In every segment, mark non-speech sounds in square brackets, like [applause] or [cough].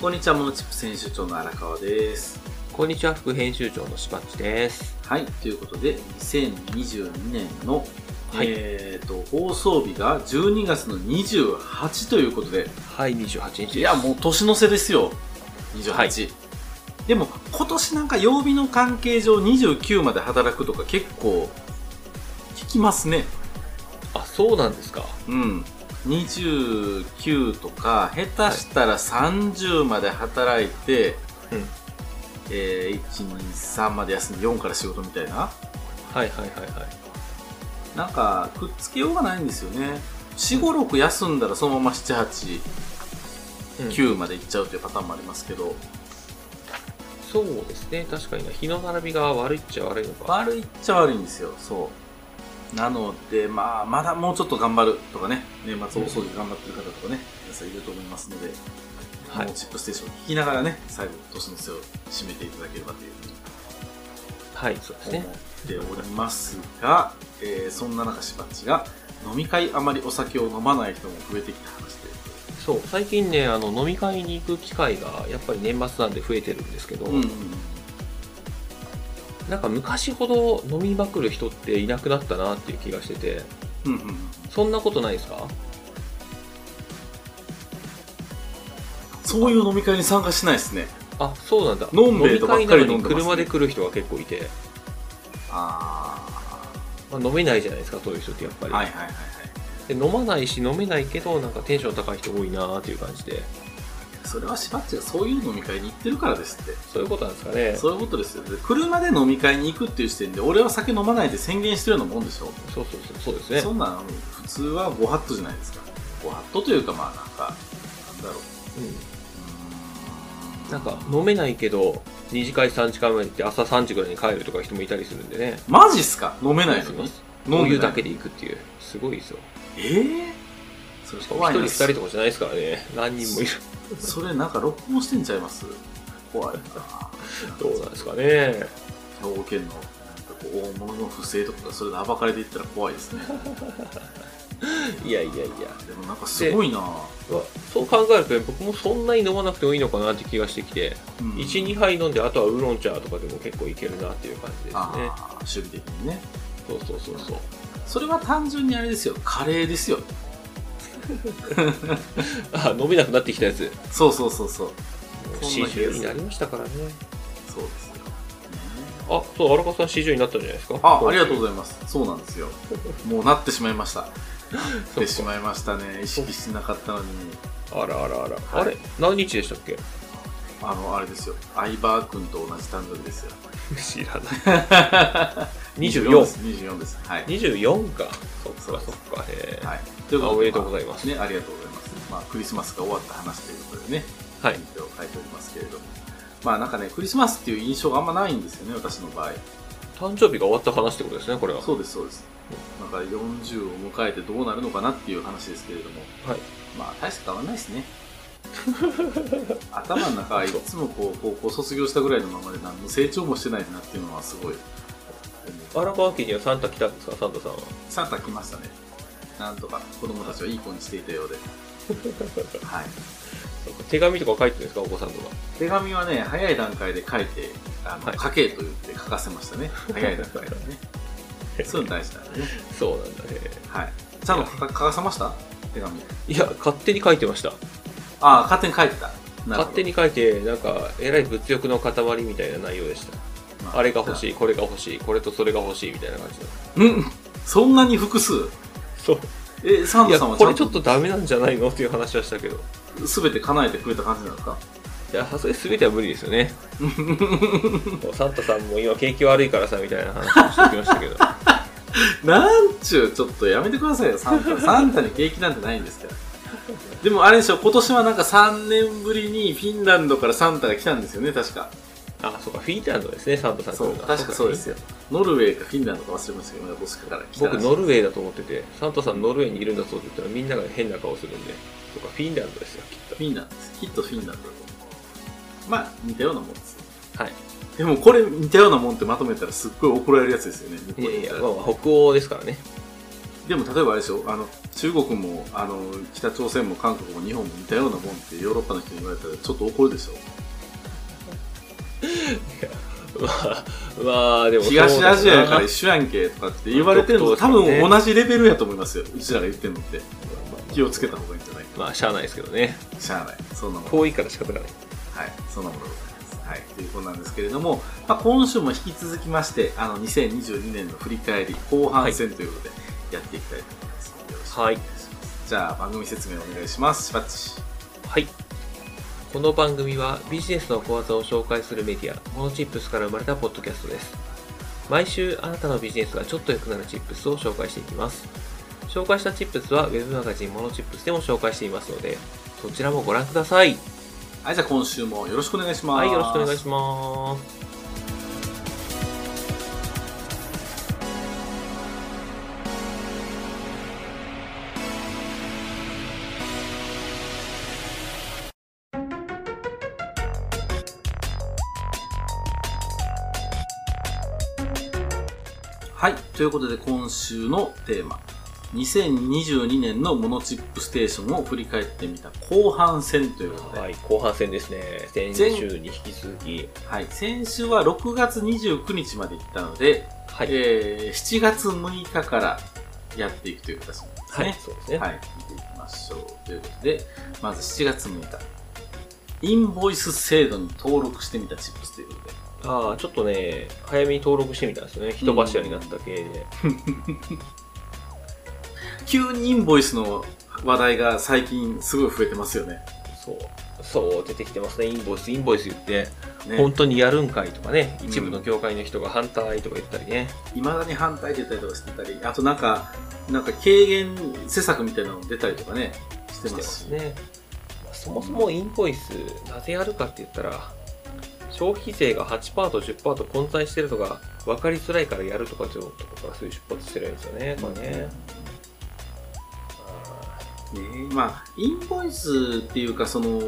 こんにちは、モノチップ編集長の荒川です。こんにちは、副編集長のしばっちです。はい、ということで、2022年の、はいえーと、放送日が12月の28ということで、はい、28日。いや、もう年の瀬ですよ。28。はいでも、今年なんか曜日の関係上29まで働くとか結構、聞きますね。あ、そうなんですか。うん。29とか、下手したら30まで働いて、うん。えー、1、2、3まで休んで4から仕事みたいな。はいはいはいはい。なんか、くっつけようがないんですよね。4、5、6休んだらそのまま7、8、うん9まで行っちゃうというパターンもありますけど、そうですね、確かにな。日の並びが悪いっちゃ悪いのか。悪いっちゃ悪いんですよ、そう。なので、まあ、まだもうちょっと頑張るとかね、年末大掃除頑張ってる方とかね、皆さんいると思いますので、はいもうチップステーション聞きながらね、最後、年の瀬を締めていただければというふうにはい、そうです思っね。ておりますが、えーそんな中しばっちが飲み会あまりお酒を飲まない人も増えてきた話で、そう、最近ね、あの、飲み会に行く機会が、やっぱり年末なんで増えてるんですけど、うんうんうん、なんか昔ほど飲みまくる人っていなくなったなっていう気がしてて、うんうんうんそんなことないですかそういう飲み会に参加しないですねあ、そうなんだ。飲んべえとばっかり飲んでますね飲み会なのに車で来る人が結構いて、あまあ、飲めないじゃないですか、そういう人ってやっぱあり。はいはいはいはいで飲まないし飲めないけどなんかテンション高い人多いなーっていう感じでそれはしばっちがそういう飲み会に行ってるからですってそういうことなんですかねそそういうことですよで車で飲み会に行くっていう時点で俺は酒飲まないで宣言してるようなもんでしょ、うそうそうそうですそねんなん普通はご法度じゃないですかご法度というかまあなんかなんだろううん、なんか飲めないけど2次会3次会まで行って朝3時ぐらいに帰るとか人もいたりするんでねマジっすか飲めないのに飲飲んうでいうないだけで行くっていうすごいですよええそれしかも怖1い人な2人とかじゃないですからね何人もいるそれなんか録音してんちゃいます怖いなどうなんですかね兵庫県のなんかこう大物の不正とかがそれで暴かれていったら怖いです [laughs] ねいやいやいやでもなんかすごいな、まあそう考えるとね僕もそんなに飲まなくてもいいのかなって気がしてきて、うん12杯飲んであとはウーロン茶とかでも結構いけるなっていう感じですああね守備的にねそうそうそうそうそれは単純にあれですよカレーですよあ飲めなくなってきたやつそうそうそうそうそんな気がする C10 になりましたからねそうですよ、ねあそう荒川さん C10 になったんじゃないですかあありがとうございざいますそうなんですよもうなってしまいましたまなってしまいましたね意識してなかったのにあらあらあら、はいあれ何日でしたっけあのあれですよ相葉君と同じ誕生日 [laughs] ですよ知らないで2424す24ですはい、かそっかそっかへえはい、ということであおめでとうございますねありがとうございます、まあ、クリスマスが終わった話ということでねはい日を書いておりますけれどもまあなんかねクリスマスっていう印象があんまないんですよね私の場合誕生日が終わった話ってことですねこれはそうですそうですなんか40を迎えてどうなるのかなっていう話ですけれどもはいまあ大して変わらないですね [laughs] 頭の中はいつもこう高校卒業したぐらいのままで何の成長もしてないなっていうのはすごい荒川家にはサンタ来たんですかサンタさんはサンタ来ましたね。なんとか子供たちはいい子にしていたようで。 [laughs] はい。そうか手紙とか書いてるんですかお子さんとか手紙はね、早い段階で書いて、あの、はい書けと言って書かせましたね。早い段階でね。[laughs] そういうの大事なんでね。そうなんだねはい。ちゃんと書か書かせました手紙。いや勝手に書いてましたああ、勝手に書いてた。なるほど勝手。に書いてなんかえらい物欲の塊みたいな内容でしたあれが欲い。しい、これが欲しい、これとそれが欲しいみたいな感じの。うんそんなに複数そう。え、サンいタや、さんはちこゃれんちょっととダメなんじゃないのっていう話はしたけど。全て叶えてくれた感じなんですかいや、さすがに全ては無理ですよ [laughs] ね。こうサンタさんも今景気悪いからさ、みたいな話をしてきました [laughs] けど。なんちゅう、ちょっとやめてくださいよ、サン [laughs] タ。サンタに景気なんてないんですから。でもあれでしょ、今年はなんか3年ぶりにフィンランドからサンタが来たんですよね、確か。あ、そうか、フィンランドですね、サンタさん来そるう、のは確かそうですそうよ。ノルウェーかフィンランドか忘れましたけど、どっちかから来たからし僕、いノルウェーだと思ってて、サンタさんノルウェーにいるんだそうって言ったらみんなが変な顔するんで。そうか、フィンランドですよ、きっフィンランドです。きっとフィンランドだと思う。まあ、似たようなもんです。と。はい。でもこれ似たようなもんってまとめたらすっごい怒られるやつですよね、日本いやにいいや、たら [laughs] まあまあ、北欧ですからね。でも例えばあれでしょ、あの、中国もあの北朝鮮も韓国も日本も似たようなもんってヨーロッパの人に言われたらちょっと怒るでしょまあ、まあ、でもそうだよな東アジアやから一緒やんけとかって言われてるのまあ多ちょっとね分同じレベルやと思いますようちらが言ってるのって気をつけた方がいいんじゃないかまあ、しゃあないですけどね。しゃあないそんなもん遠いから仕方がない。はい、そんなものでございます。はい、ということなんですけれども、まあ、今週も引き続きまして、あの、2022年の振り返り後半戦ということで、やっていきたいと思います。よろしくお願いします。じゃあ、番組説明お願いします。しばっち。はい。この番組はビジネスの小技を紹介するメディア、モノチップスから生まれたポッドキャストです。毎週あなたのビジネスがちょっと良くなるチップスを紹介していきます。紹介したチップスはウェブマガジンモノチップスでも紹介していますので、そちらもご覧ください。はい、じゃあ今週もよろしくお願いします。はい、よろしくお願いします。はい、ということで今週のテーマ、2022年のモノチップステーションを振り返ってみた後半戦ということで、はい、後半戦ですね。先週に引き続き。はい、先週は6月29日まで行ったので、はい。えー7月6日からやっていくという形なんですはい、ね。そうですね。はい、見ていきましょう。ということで、まず7月6日。インボイス制度に登録してみたチップスということで。ああ、ちょっとね、早めに登録してみたんですよね。人柱になった系で。急にインボイスの話題が最近すごい増えてますよね。そう。そう、出てきてますね。インボイス、インボイス言って。本ね。当にやるんかいとかね、うん一部の業界の人が反対とか言ったりね、いまだに反対出たりとかしてたり、あとなんか、なんか軽減施策みたいなの出たりとかね、してしてまますすし。ね。まあそもそもインボイス、なぜやるかって言ったら、消費税が8%と10%と混在してるとか、分かりづらいからやるとかっていうとこからそういう出発してるんですよね、これね。ねまあ、インボイスっていうかその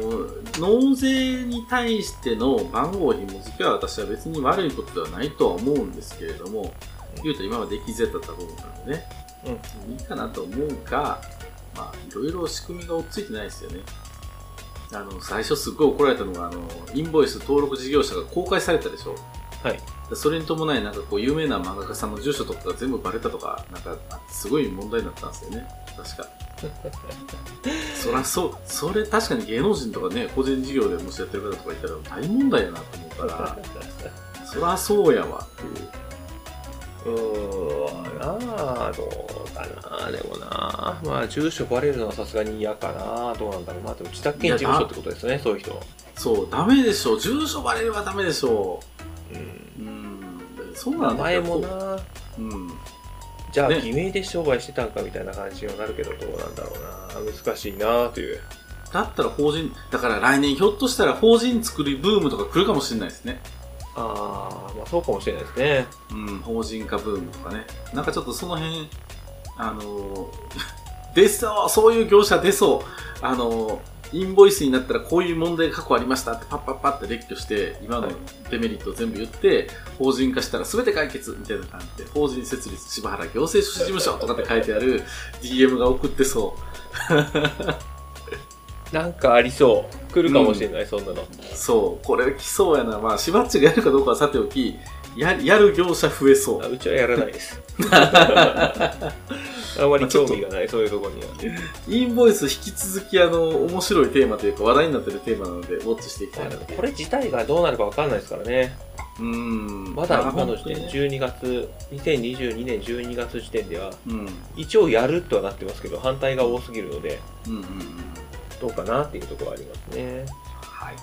納税に対しての番号紐付けは私は別に悪いことではないとは思うんですけれどもうん言うと今まできぜだった部分なのでね、いいかなと思うが、まあ、いろいろ仕組みが追っついてないですよねあの最初すっごい怒られたのがあのインボイス登録事業者が公開されたでしょはい。それに伴いなんかこう有名な漫画家さんの住所とかが全部バレたとかなんかすごい問題になったんですよね確 [laughs] かそらそうそれ確かに芸能人とかね個人事業でもしやってる方とかいたら大問題やなと思うから [laughs] そらそうやわっていううーん、なあ、どうかな、でもな、まあ、住所バレるのはさすがに嫌かな、どうなんだろうな、でも自宅兼事務所ってことですね、そういう人。そうダメでしょ住所バレればダメでしょうんううんそう名なんだ前よもな、うんじゃあ、ね偽名で商売してたんかみたいな感じにはなるけど、どうなんだろうな、難しいなという。だったら法人だから来年ひょっとしたら法人作りブームとか来るかもしれないですねああ、まあそうかもしれないですね。うん、法人化ブームとかね。なんかちょっとその辺、あの [laughs] ー出そう、そういう業者出そう。あのーインボイスになったらこういう問題が過去ありましたってパッパッパって列挙して、今のはいデメリットを全部言って、法人化したら全て解決みたいな感じで、法人設立柴原行政書士事務所とかって書いてある DM が送ってそう。なんかありそう。来るかもしれない、そんなの。そう、これ来そうやな。まあ、しばっちがやるかどうかはさておき、ややる業者増えそうあ。うちはやらない [laughs] です。あんまり興味がない、そういうところには。インボイス引き続きあの面白いテーマというか話題になってるテーマなのでウォッチしていきたいなとこれ自体がどうなるかわかんないですからね。うーんまだ今まの時点、あ本当にね12月、2022年12月時点では、うんうん一応やるとはなってますけど、反対が多すぎるので、うんうんどうかなっていうところはありますね。はい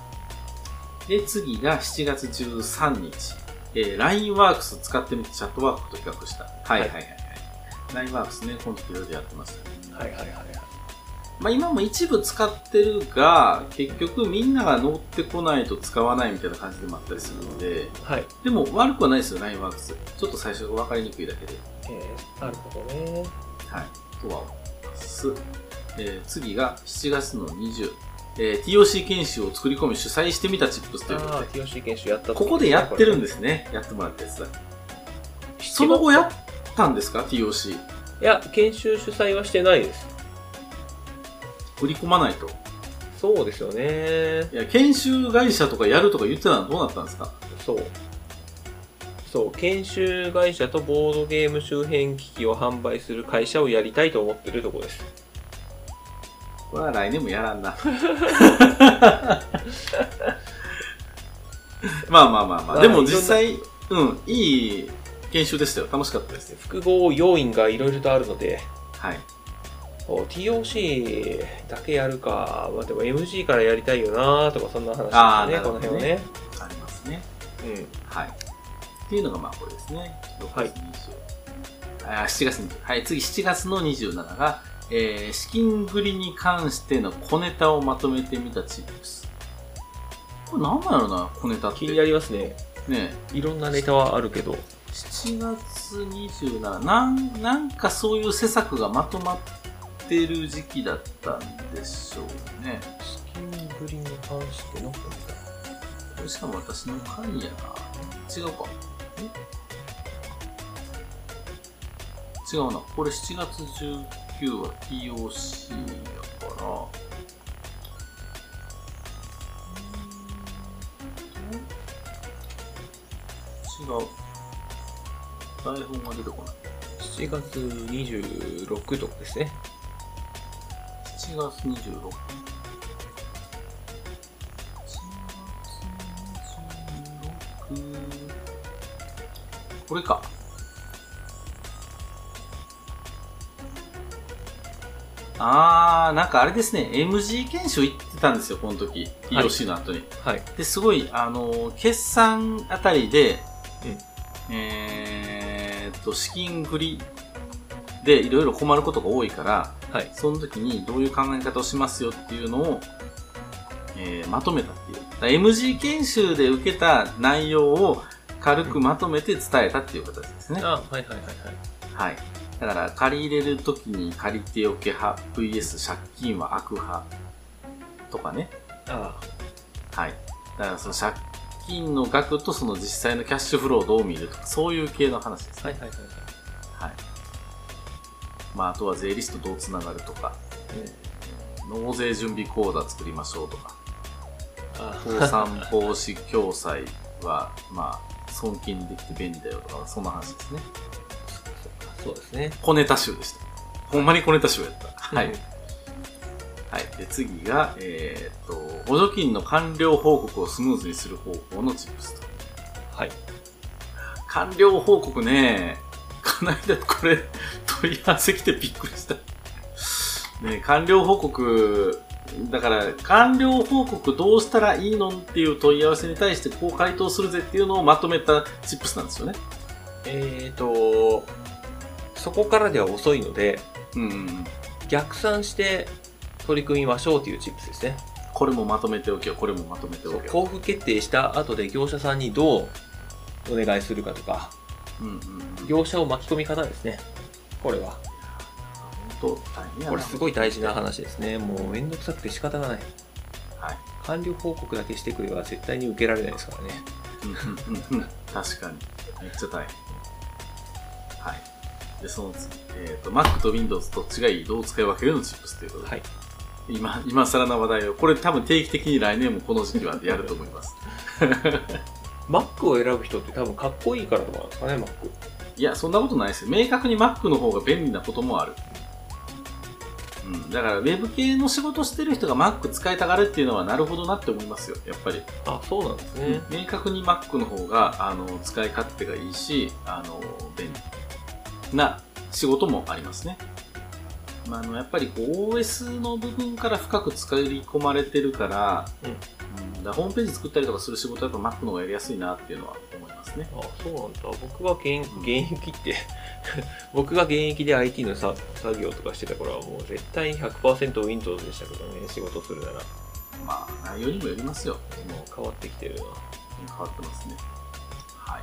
で次が7月13日、えー、LINE ワークス使ってみてチャットワークと比較したはいはいはいはい LINE ワークスね今度いろいろやってましたねはいはいはいはい。まあ、今も一部使ってるが結局みんなが乗ってこないと使わないみたいな感じでもあったりするのではい。でも悪くはないですよ LINE ワークスちょっと最初が分かりにくいだけでえー、なるほどね。はい、とは思います。えー次が7月の20、えー TOC 研修を作り込み主催してみたチップスということああで、ー、TOC 研修やった。ここでやってるんですすね。やってもらったやつだ。これその後やったんですか ?TOC。いや、研修主催はしてないです。振り込まないと。そうですよねいや、研修会社とかやるとか言ってたのはどうなったんですかそうそう研修会社とボードゲーム周辺機器を販売する会社をやりたいと思ってるところですこれは来年もやらん [laughs] な。まあまあまあまあ、でも実際、うん、いい研修でしたよ。楽しかったですよ。複合要因がいろいろとあるのではい。そう TOC だけやるか、まあ、でも MG からやりたいよなとかそんなあ話ーでなるすよねこほのどね辺はね、ありますね。うん、はい。っていうのがまあこれですね。はい6月20、あ7月20。はい、次7月の27が、えー資金繰りに関しての小ネタをまとめてみたチップス。これ何なんやろな、小ネタって。気になりますねねいろんなネタはあるけど7月27なん、なんかそういう施策がまとまってる時期だったんでしょうね。資金繰りに関してのこれしかも私の回やな。違うか。え違うな。これ7月19は TOC やから。うーんと違う。台本が出てこない。 7月26とかですね7月26日。これか。あー、なんかあれですね、MG 研修行ってたんですよ、この時。はい EOC の後に。はいで、すごい、あの、決算あたりで、うんえーっと、資金繰りでいろいろ困ることが多いから、はいその時にどういう考え方をしますよっていうのを、えーまとめたっていう。だから MG 研修で受けた内容を軽くまとめて伝えたっていう形ですね。あはいはいはいはいはい。だから、借り入れる時に借り手受け派、VS 借金は悪派とかね。あはい。だからその借金の額とその実際のキャッシュフローをどう見るとか、そういう系の話ですはね。いはいはいはいはい。まあ、あとは税理士とどうつながるとか、納税準備口座作りましょうとか、あ倒産防止共済は、まあ、損金できて便利だよとか、そんな話ですね。そうですね小ネタ集でした。ほんまに小ネタ集やった。はい。はい、で次が、えーっと、補助金の完了報告をスムーズにする方法のチップスと。はい完了報告ね、この間これ、問い合わせ来てびっくりした。ね、完了報告、だから、完了報告どうしたらいいのっていう問い合わせに対してこう回答するぜっていうのをまとめたチップスなんですよね。えーとそこからでは遅いのでうんうんうん。逆算して取り組みましょうというチップスですねこれもまとめておけよ、これもまとめておけよ。交付決定した後で業者さんにどうお願いするかとかうんうんうん。業者を巻き込み方ですねこれはと、大変やなこれすごい大事な話ですねもうめんどくさくて仕方がないはい。完了報告だけしてくれば絶対に受けられないですからねうんうんうんうん確かに。めっちゃ大変。はい。で、その次、えっ、と、Mac と Windows どっちがいいどう使い分けるのチップスということで、はい今、今更な話題を、これ多分定期的に来年もこの時期はやると思います。 Mac を選ぶ人って多分かっこいいからとかなんですかね Mac いや、そんなことないですよ。明確に Mac の方が便利なこともある。うん、だから、ウェブ系の仕事してる人が Mac 使いたがるっていうのは、なるほどなって思いますよ、やっぱり。あそうなんですね、明確に Mac の方があの使い勝手がいいしあの便利な仕事もありますね、まあ、あのやっぱりこう OS の部分から深く使い込まれてるから,、うん、だからホームページ作ったりとかする仕事はやっぱ Mac の方がやりやすいなっていうのは思いますねあそうなんだ僕は現現役って [laughs] 僕が現役で IT のさ作業とかしてた頃はもう絶対に 100%Windows でしたけどね仕事するならまあ内容にもよりますよもうもう変わってきてるな変わってますね。はい。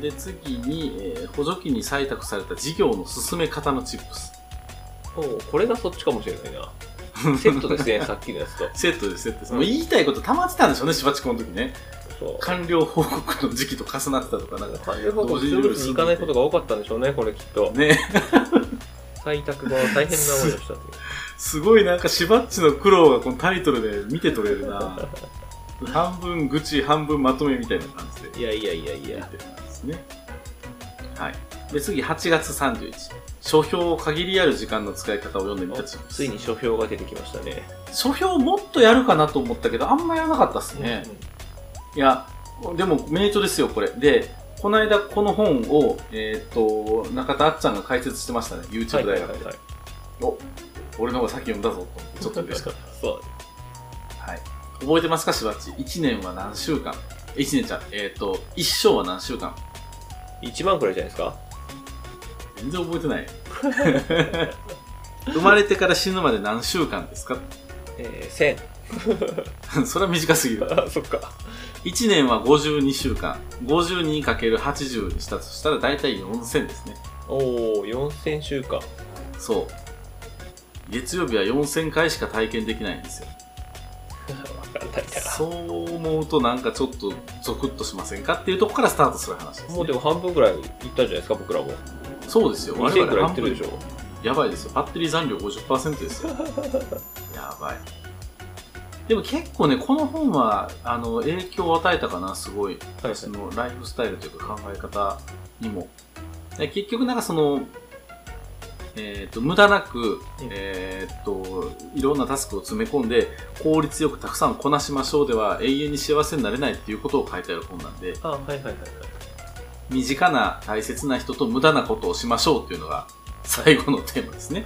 で、次に、えー補助金に採択された事業の進め方のチップス。おうこれがそっちかもしれないなセットですねさっきのやつとセットです、セットです。もう言いたいこと溜まってたんでしょうね、しばちこの時ね。 [laughs] そう完了報告の時期と重なってたとか、なんか、完全報告するに行かないことが多かったんでしょうねこれきっとね、採択が大変な思いをしたというすごいなんかしばっちの苦労がこのタイトルで見て取れるな [laughs] 半分愚痴半分まとめみたいな感じでいやいやいやいやっや。てるんですね。はい。で、次、8月31日。書評を限りある時間の使い方を読んでみたチームですついに書評が出てきましたね。書評もっとやるかなと思ったけど、あんまやらなかったですね。いや、でも名著ですよ、これ。で、この間この本を、えーっと、中田あっちゃんが解説してましたね、は YouTube いは大い学はで。いはい。お俺の方が先読んだぞと思って、ちょっと嬉しかっそう。た。はい。覚えてますか、しばっち。1年は何週間 ?1 年じゃ、えーっと、一生は何週間1万くらいじゃないですか全然覚えてない生まれてから死ぬまで何週間ですか [laughs] えー、それは短すぎる1000。あ、そっか。 1年は52週間 52×80 にしたとしたら大体4000ですねおお4000週間。そう月曜日は4000回しか体験できないんですよわかんないそう思うとなんかちょっとゾクッとしませんかっていうとこからスタートする話です、な。もうね、でも半分くらいいったんじゃないですか、僕らも。そうですよ2000くらいいってるでしょょ。やばいですよバッテリー残量50%ですよ [laughs] やばいでも結構ねこの本はあの影響を与えたかなすごいはいそのライフスタイルというか考え方にも。で結局なんかその、えっ、と、無駄なくうん、えっ、と、いろんなタスクを詰め込んで、効率よくたくさんこなしましょうでは永遠に幸せになれないっていうことを書いてある本なんで、あ、はいはいはいはい。身近な大切な人と無駄なことをしましょうっていうのが最後のテーマですね。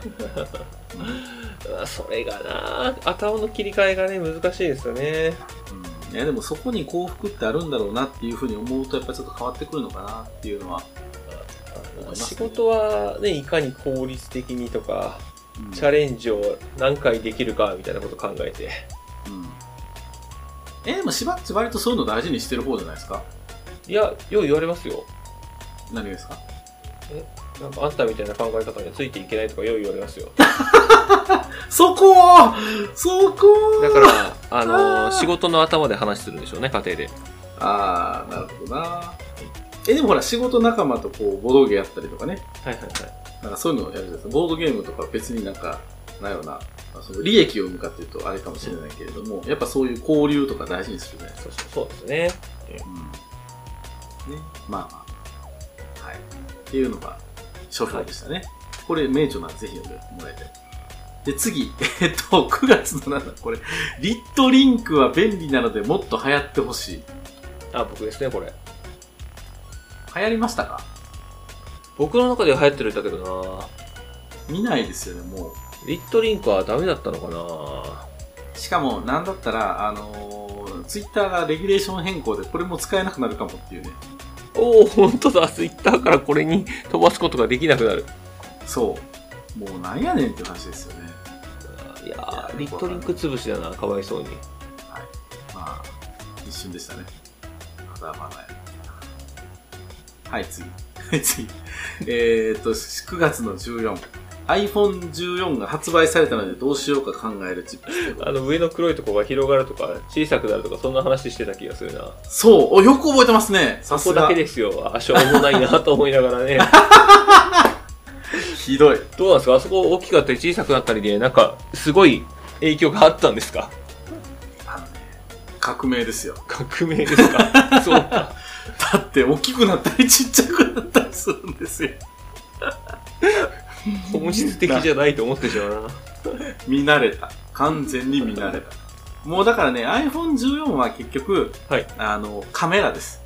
うわそれがな頭の切り替えがね、難しいですよね。うん、いやでもそこに幸福ってあるんだろうなっていうふうに思うとやっぱちょっと変わってくるのかなっていうのは、ますね仕事はね、いかに効率的にとか、うんチャレンジを何回できるかみたいなこと考えて。うんえでもしばっち割とそういうの大事にしてる方じゃないですかいや、よう言われますよ。何がですかなんかあんたみたいな考え方にはついていけないとかよう言われますよ。そこそこだから、あのあー仕事の頭で話するんでしょうね、家庭で。ああなるほどなえでもほら仕事仲間とこうボードゲームやったりとかねはいはいはい。なんかそういうのをやるじゃないですかボードゲームとか別になんかなんやろなその利益を生むかっていうとあれかもしれないけれどもやっぱそういう交流とか大事にするじゃないですかそうそうそうですね。うんね、まあまあ。はい。っていうのが、書評でしたね。これ、名著なんでぜひ読んでもらいたい。で、次、 [laughs] えっと、9月の7日、これ、リットリンクは便利なのでもっと流行ってほしい。あ、僕ですね、これ。流行りましたか僕の中では流行ってるんだけどな見ないですよね、もう。リットリンクはダメだったのかなしかも、なんだったら、あのー、ツイッターがレギュレーション変更でこれも使えなくなるかもっていうね。おお、本当だ。ツイッターからこれに飛ばすことができなくなる。そう。もうなんやねんって話ですよね。いやー、リットリンク潰しだな、かわいそうに。はい。まあ、一瞬でしたね。まだまだや。はい、次。 [laughs] はい、次。えーっと、9月の14。iPhone14 が発売されたのでどうしようか考えるチップスということあの、上の黒いとこが広がるとか、小さくなるとか、そんな話してた気がするな。そうお、よく覚えてますねさそすこだがけ。ですよ。あ、しょうもないなと思いながら [laughs] ね。ひどい。どうなんですかあそこ大きかったり小さくなったりで、なんか、すごい影響があったんですかあのね、革命ですよ。革命です [laughs] かそうか。だって、大きくなったりちっちゃくなったりするんですよ。本質的じゃないと思ってしまうな。見慣れた。完全に見慣れた。もうだからね、iPhone14 は結局、はいあの、カメラです。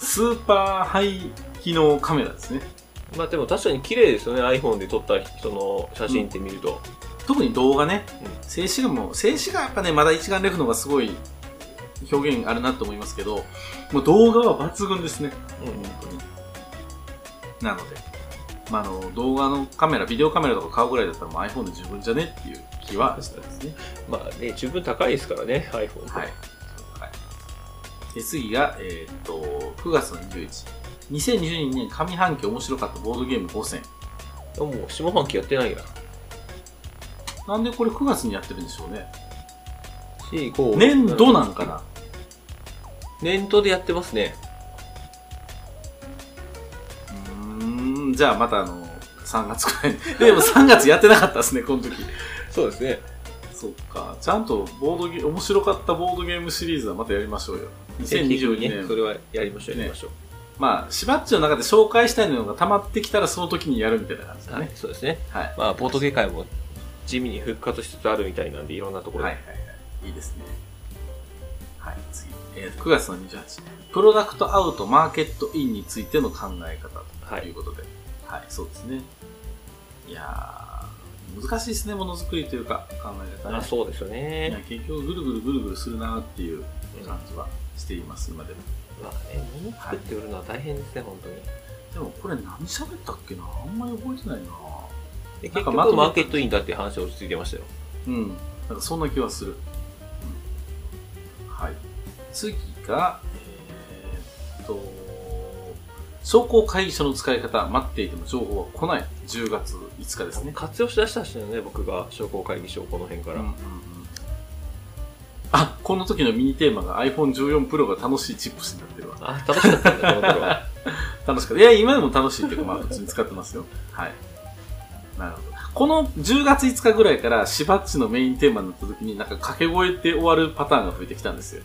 スーパーハイ機能カメラですね。まあでも確かに綺麗ですよね、iPhone で撮った人の写真って見ると。特に動画ねう、静止画も、静止画やっぱね、まだ一眼レフの方がすごい表現あるなと思いますけど、もう動画は抜群ですね。うん本当に。なので、まあ、あの、動画のカメラ、ビデオカメラとか買うぐらいだったらもう iPhone で十分じゃねっていう気はしたですね。まあね、十分高いですからね、iPhone って。はい。で、次が、えーっと、9月の21。2022年上半期面白かったボードゲーム5選。でももう下半期やってないや。なんでこれ9月にやってるんでしょうね。 4、5、年度なんんかな年度でやってますね。うーん、じゃあまたあの、 3月くらいに。でも3月やってなかったですね、この時。そうですね。そっか。ちゃんとボードゲ面白かったボードゲームシリーズはまたやりましょうよ。2022定期的にね、年。それはやりましょう、やりましょう。まあ、しばっちの中で紹介したいのが溜まってきたらその時にやるみたいな感じだはいね。、そうですね。はい。はいまあ、ボートゲ界も地味に復活しつつあるみたいなんで、いろんなところはで。いはい。いいですね。はい、次。えー9月の28。プロダクトアウトマーケットインについての考え方はいということで。はい、そうですね。いやー、難しいですね、ものづくりというか、考え方あね。そうですよいやね。結局ぐるぐるぐるぐるするなっていううん感じはしています、今でも。まあね、物作って売るのは大変ですね、本当に。でもこれ何喋ったっけなあんまり覚えてないなで結なんか局、まとめたマーケットインだっていう話は落ち着いてましたよ。うん。なんかそんな気はする。うんはい。次が、えーっと、商工会議所の使い方、待っていても情報は来ない。10月5日ですね。活用しだしたしね、僕が商工会議所をこの辺から。うんうんうんあ、この時のミニテーマが iPhone14 Pro が楽しいチップスになってるわ。あ、楽しかったんだ、この [laughs] 頃は。楽しかった。いや、今でも楽しいっていうか、まあ、普通に使ってますよ。はい。なるほど。この10月5日ぐらいから、しばっちのメインテーマになった時に、なんか掛け声って終わるパターンが増えてきたんですよ。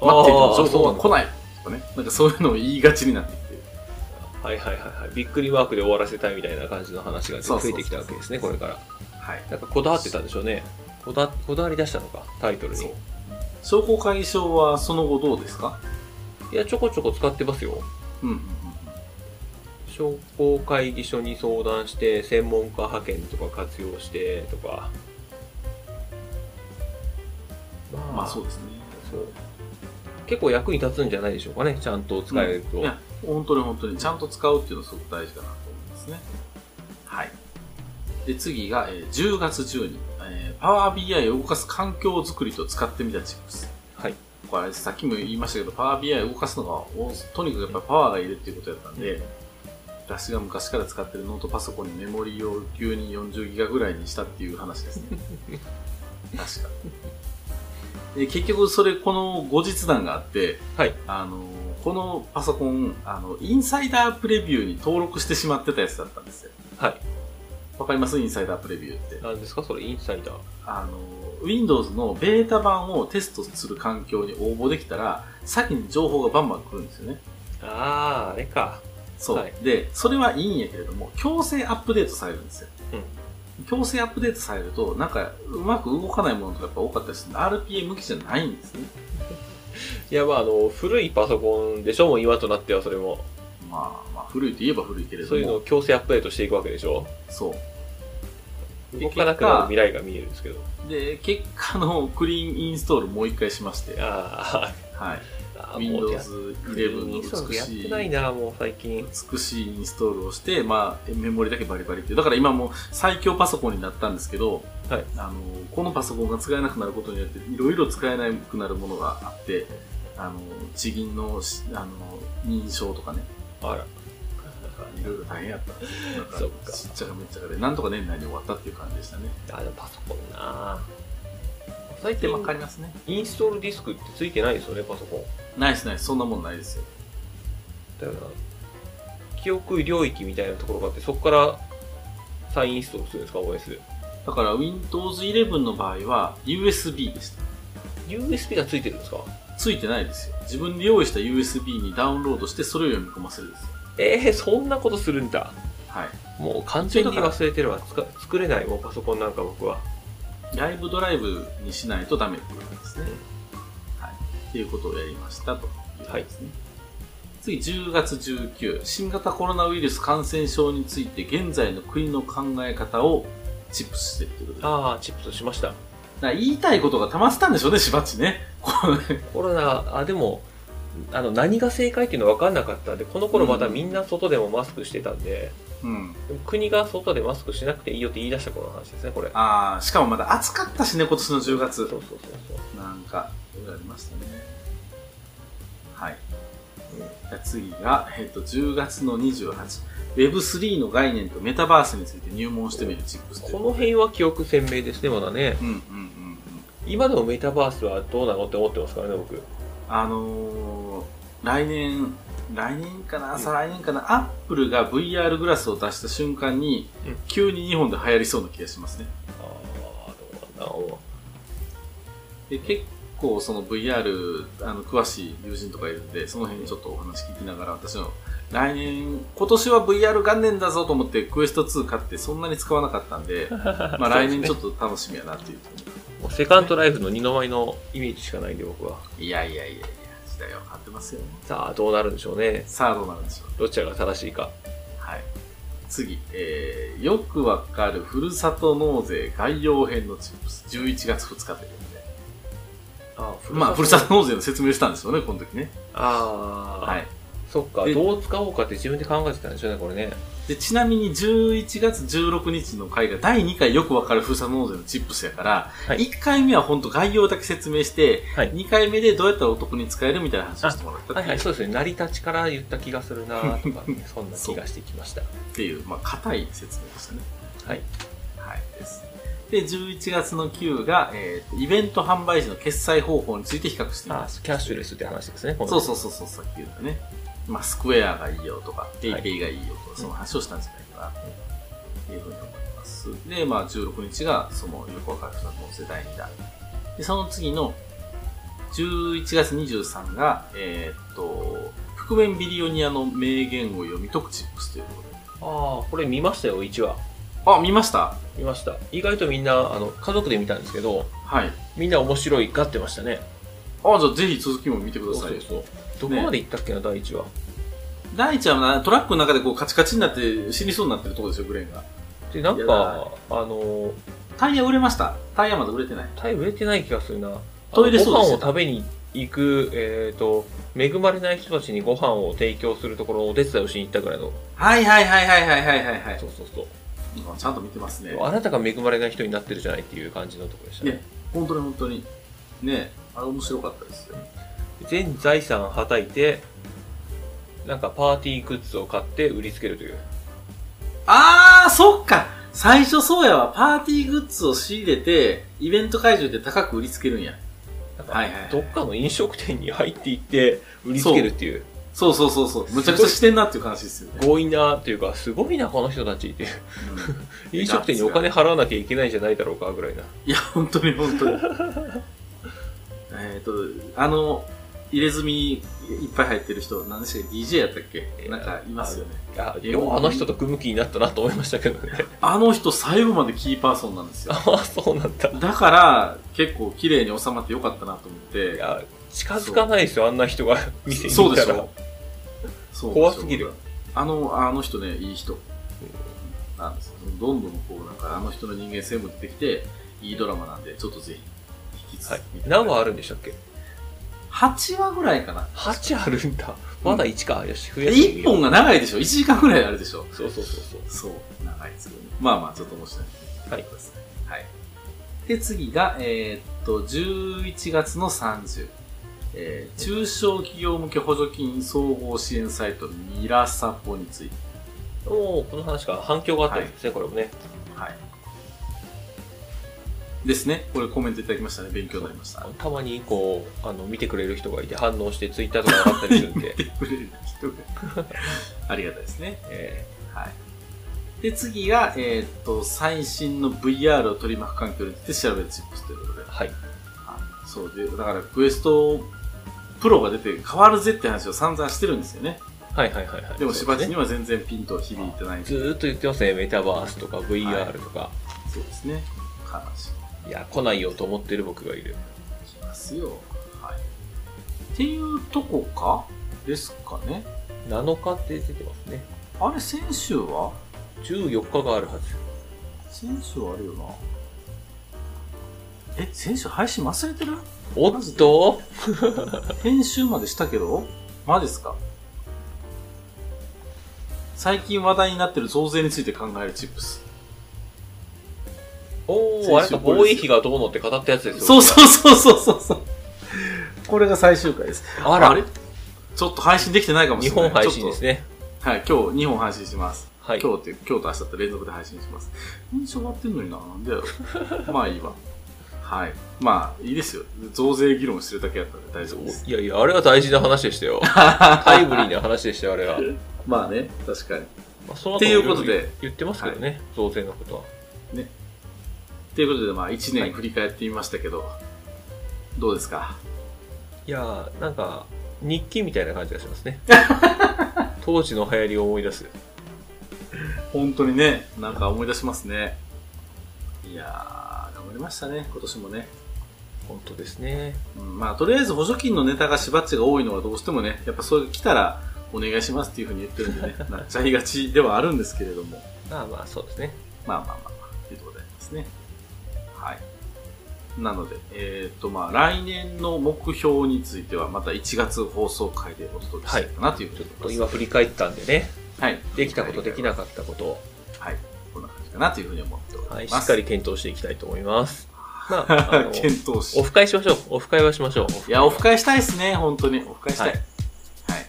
待っていても情報は来ないとかね。なんかそういうのを言いがちになってきて。はいはいはいはい。びっくりマークで終わらせたいみたいな感じの話がそ増うそうそうえてきたわけですね、これから。はい。なんかこだわってたんでしょうね。こだこだわり出したのか、タイトルそうに。。商工会議所はその後どうですかいや、ちょこちょこ使ってますよ。うんうんうん。商工会議所に相談して、専門家派遣とか活用してとか。ままあそうですね。そう結構役に立つんじゃないでしょうかね、ちゃんと使えると。いや、本当に本当に、ちゃんと使うっていうのはすごく大事かなと思いますね。はい。で、次が、えー10月中に、えー、パワー BI を動かす環境づくりと使ってみたチップス。はい。これ、さっきも言いましたけど、パワー BI を動かすのが、おとにかくやっぱりパワーがいるっていうことやったんで、私が昔から使ってるノートパソコンにメモリーを急に40ギガぐらいにしたっていう話ですね。確か。で結局、それ、この後日談があって、はい。あのこのパソコンあの、インサイダープレビューに登録してしまってたやつだったんですよ。はい。わかりますインサイダープレビューって。何ですかそれ、インサイダー。あの Windows のベータ版をテストする環境に応募できたら、先に情報がバンバン来るんですよね。あー、あれか。そう、はいで、それはいいんやけれども、強制アップデートされるんですよ。強制アップデートされると、なんか、うまく動かないものとかやっぱ多かったりするんで RPA 向きじゃないんですね。いや、まあ、あの、古いパソコンでしょもう今となっては、それも。まあ、まあ、古いといえば古いけれども。そういうのを強制アップデートしていくわけでしょそう。で動かなくなる未来が見えるんですけど。で、結果のクリーンインストールもう一回しまして、あはい。ー [laughs] あー、もう [laughs] や Windows 11の美やっしてい、ないな、もう最近。美しいインストールをして、まあ、メモリだけバリバリっていう。だから今もう最強パソコンになったんですけど、はいあの、このパソコンが使えなくなることによって、いろいろ使えなくなるものがあって、あの、地銀のし、あの、認証とかね、あら。いろいろ大変やったんですよ。そなんっか、かちっちゃかめっちゃかで、なんとか年内に終わったっていう感じでしたね。あー、でもパソコンな。最で、近、わかりますね。インストールディスクってついてないですよね、パソコン。ないですないです。そんなもんないですよ。だよな記憶領域みたいなところがあってそこから再インストールするんですか OS だから Windows 11の場合は USB でした。 USB がついてるんですかついてないですよ。自分で用意した USB にダウンロードしてそれを読み込ませるんですよ。えー、そんなことするんだはい。もう完全に忘れてるわつか作れないもうパソコンなんか僕はライブドライブにしないとダメっていうことですね。はい。っていうことをやりましたということですね。次、10月19、新型コロナウイルス感染症について現在の国の考え方をチップしてるということで。だかああチップとしましたら言いたいことが溜まってたんでしょうね、しばっちね。こうねコロナあでもあの何が正解っていうの分かんなかったんでこの頃またみんな外でもマスクしてたんで,、うん。国が外でマスクしなくていいよって言い出した頃の話ですねこれああ、しかもまだ暑かったしね、今年の10月そう。そうそうそうなんか、いろいろありましたね。はい。じゃあ次が、えっと、10月の28、Web3 の概念とメタバースについて入門してみるチップスというこの辺は記憶鮮明ですねまだねうんうんうんうん。今でもメタバースはどうなのって思ってますからね僕あのー、来年、来年かな、うん再来年かな、アップルが VR グラスを出した瞬間にうん、急に日本で流行りそうな気がしますね。ああ、どうなんだろで結構その VR あの詳しい友人とかいるんでその辺ちょっとお話聞きながら私の来年今年は VR 元年だぞと思ってクエスト2買ってそんなに使わなかったん [laughs] でまあ来年ちょっと楽しみやなっていうとこう。もうセカンドライフの二の舞のイメージしかないんで、僕は。いやいやいやいや時代は変わってますよねさあ、どうなるんでしょうね。さあどうなるんでしょうどちらが正しいか。はい次、えー、よくわかるふるさと納税概要編のチップス11月2日ということであまあふるさと納税の説明したんですよねこの時ねああ、はいそっか、でどう使おうかって自分で考えてたんでしょうね、これね。でちなみに11月16日の回が第2回よくわかるふるさと納税のチップスやから、はい1回目は本当概要だけ説明して、はい2回目でどうやったらお得に使えるみたいな話をしてもらったはいはい、っそうですね。成り立ちから言った気がするなとか、ね、そんな気がしてきました。ていう、まあ、硬い説明でしたね。はい。はい、です。で、11月の9が、えーとイベント販売時の決済方法について比較してみあまーす。キャッシュレスって話ですね、そうう。そうそうそう、さっき言ったね。まあ、スクエアがいいよとか、ペイペイがいいよとか、その話をしたんじゃないかな、というふうに思います。で、まあ、16日が、その、よくわかる人の世代2弾。で、その次の、11月23が、えーっと、覆面ビリオニアの名言を読み解くチップスということで。ああ、これ見ましたよ、1話。あ、見ました見ました。意外とみんな、あの、家族で見たんですけど、はい。みんな面白いがってましたね。あ、じゃあぜひ続きも見てくださいよ。そう。どこまで行ったっけな、第1話。大ちゃんはなトラックの中でこうカチカチになって死にそうになってるとこですよ、グレンが。で、なんいやかだ、あの、タイヤ売れました。タイヤまだ売れてない。タイ売れてない気がするな。トイレそうごで飯すを食べに行く、えっ、と、恵まれない人たちにご飯を提供するところをお手伝いをしに行ったぐらいの。はいはいはいはいはいはいはい、はいそうそうそう。ちゃんと見てますね。あなたが恵まれない人になってるじゃないっていう感じのところでしたねね。、本当に本当に。ね、あれ面白かったですよ。全財産はたいて、なんかパーティーグッズを買って売りつけるという。あー、そっか最初そうやわ。パーティーグッズを仕入れて、イベント会場で高く売りつけるんや。なんはいはいはかいどっかの飲食店に入っていって売りつけるっていう、そうそうそうそう。むちゃくちゃしてんなっていう話ですよね。強引なというか、すごいな、この人たちっていう。うん飲食店にお金払わなきゃいけないんじゃないだろうか、ぐらいな。いや、本当に本当に。えっと、あの、入れ墨いっぱい入ってる人、何でしたっけ ?DJ やったっけなんかいますよね。あ、ようあの人と組む気になったなと思いましたけど [laughs] ね。あの人最後までキーパーソンなんですよ。ああ、そうなんだ。だから、結構綺麗に収まってよかったなと思って。いや、近づかないですよ、あんな人が店にそういでたしらょ。。そう怖すぎる。あの、あの人ね、いい人。なんですどんどんこう、なんかあの人の人間性も出てきて、いいドラマなんで、ちょっとぜひ、引きは続いき見て。ください。何話あるんでしたっけ ?8 話ぐらいかな。 ?8 あるんだ。まだ1か。よし、増やしてみ1よう。本が長いでしょ ?1 時間ぐらいあるでしょそうそうそうそう。そう、長いですよね。まあまあ、ちょっと面白いんではい見てください。はい。で、次が、えーっと、11月の30。えー中小企業向け補助金総合支援サイト、ミラサポについて。おおこの話が反響があったんですね、これもね。はい。ですね。これコメントいただきましたね。勉強になりました。たまに、こう、あの、見てくれる人がいて反応してツイッターとか上がったりするんで。見てくれる人がありがたいですね。えはい。で、次が、えーっと、最新の VR を取り巻く環境について調べるチップスということでー、。はい。あそうで、だからクエストプロが出て変わるぜって話を散々してるんですよね。はいはいはいはい。でも、しばちには。は全然ピンと響いてない。ずーっと言ってますね、メタバースとか VR とか。そうですね。悲しい、や、来ないよと思ってる僕がいる。きますよ。はい。っていうとこかですかね。 7日って出てますね。あれ、先週は14日があるはず。先週あるよな。え、先週配信忘れてるおっと編集までしたけどマジっすか最近話題になってる増税について考えるチップス。お先お、週あれか、防衛費がどうのって語ったやつですよ。そうそうそうそうそうそう。これが最終回です。あられちょっと配信できてないかもし日れない。本配信ですね。ね。はい、今日2本配信します。はい。今日って、 [laughs] 今日と明日って連続で配信します。印象終わってんのにな、なんでやろ。まあいいわ。はい。まあ、いいですよ。増税議論してるだけやったんで大丈夫です。いやいや、あれは大事な話でしたよ。タイムリーな話でしたよ、あれは。 [laughs] まあね、確かに。まあ、その後もっていうことでろろ言ってますけどね、増税のことは。ということで、まあ、1はい年振り返ってみましたけど、どうですかいやー、なんか、日記みたいな感じがします [laughs] ね。当時の流行りを思い出す。本当にね、なんか思い出しますね。いやー、頑張りましたね、今年もね。本当ですね。うん、まあ、とりあえず補助金のネタがしばっちが多いのはどうしてもね、やっぱそれが来たらお願いしますっていうふうに言ってるん [laughs] でね、なっちゃいがちではあるんですけれども、まあまあ、そうですね。まあまあまあまあ、ということでありますね。はい。なので、えっ、と、まあ、来年の目標については、また1月放送回でお届けしたいかなというふうちょにっ思といま今振り返ったんでね、す。はい。できたこと、できなかったことはい。こんな感じかなというふうに思っておりを、ます。はい、しっ [laughs] かり検討していきたいと思います。ま [laughs] あ、あの検討しオ。フ会しましょう。オフ会はしましょう。いや、オフ会したいですね、本当に。オフ会したい。ははいい。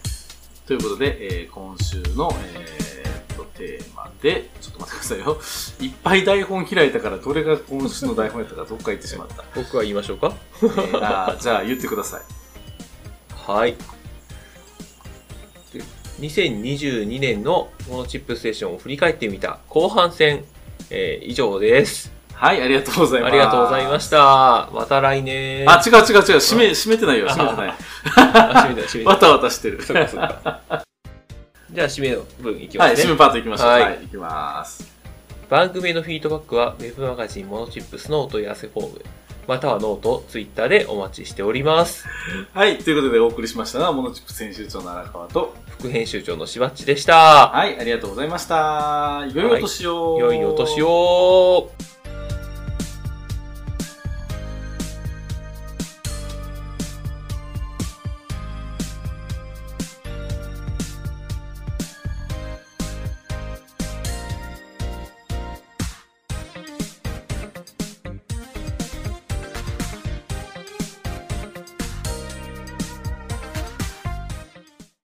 ということで、えー今週の、えーっと、テーマで、ちょっと待ってくださいよ。 [laughs] いっぱい台本開いたから、どれが今週の台本やったかどっか行ってしま [laughs] った。僕は言いましょうか。えーあーじゃあ、言ってください。はい。で2022年のモノチップステーションを振り返ってみた後半戦、えー以上です。はい、ありがとうございます。ありがとうございました。また来年。あ、違う違う違う、閉め、閉めてないよ、閉めてない。あ締めだ、 [laughs] 締めだ。わたわたしてる。 [laughs] そうか、そうか。じゃあ、締めの部分いきまはい、す閉ね。めパート行きましょう。ははいい、行きます。番組へのフィードバックは、ウェブマガジンモノチップスのお問い合わせフォーム、またはノート、ツイッターでお待ちしております。はい、ということでお送りしましたのは、モノチップ編集長の荒川と、副編集長のしばっちでした。はい、ありがとうございました。良いお年を。良いお年を。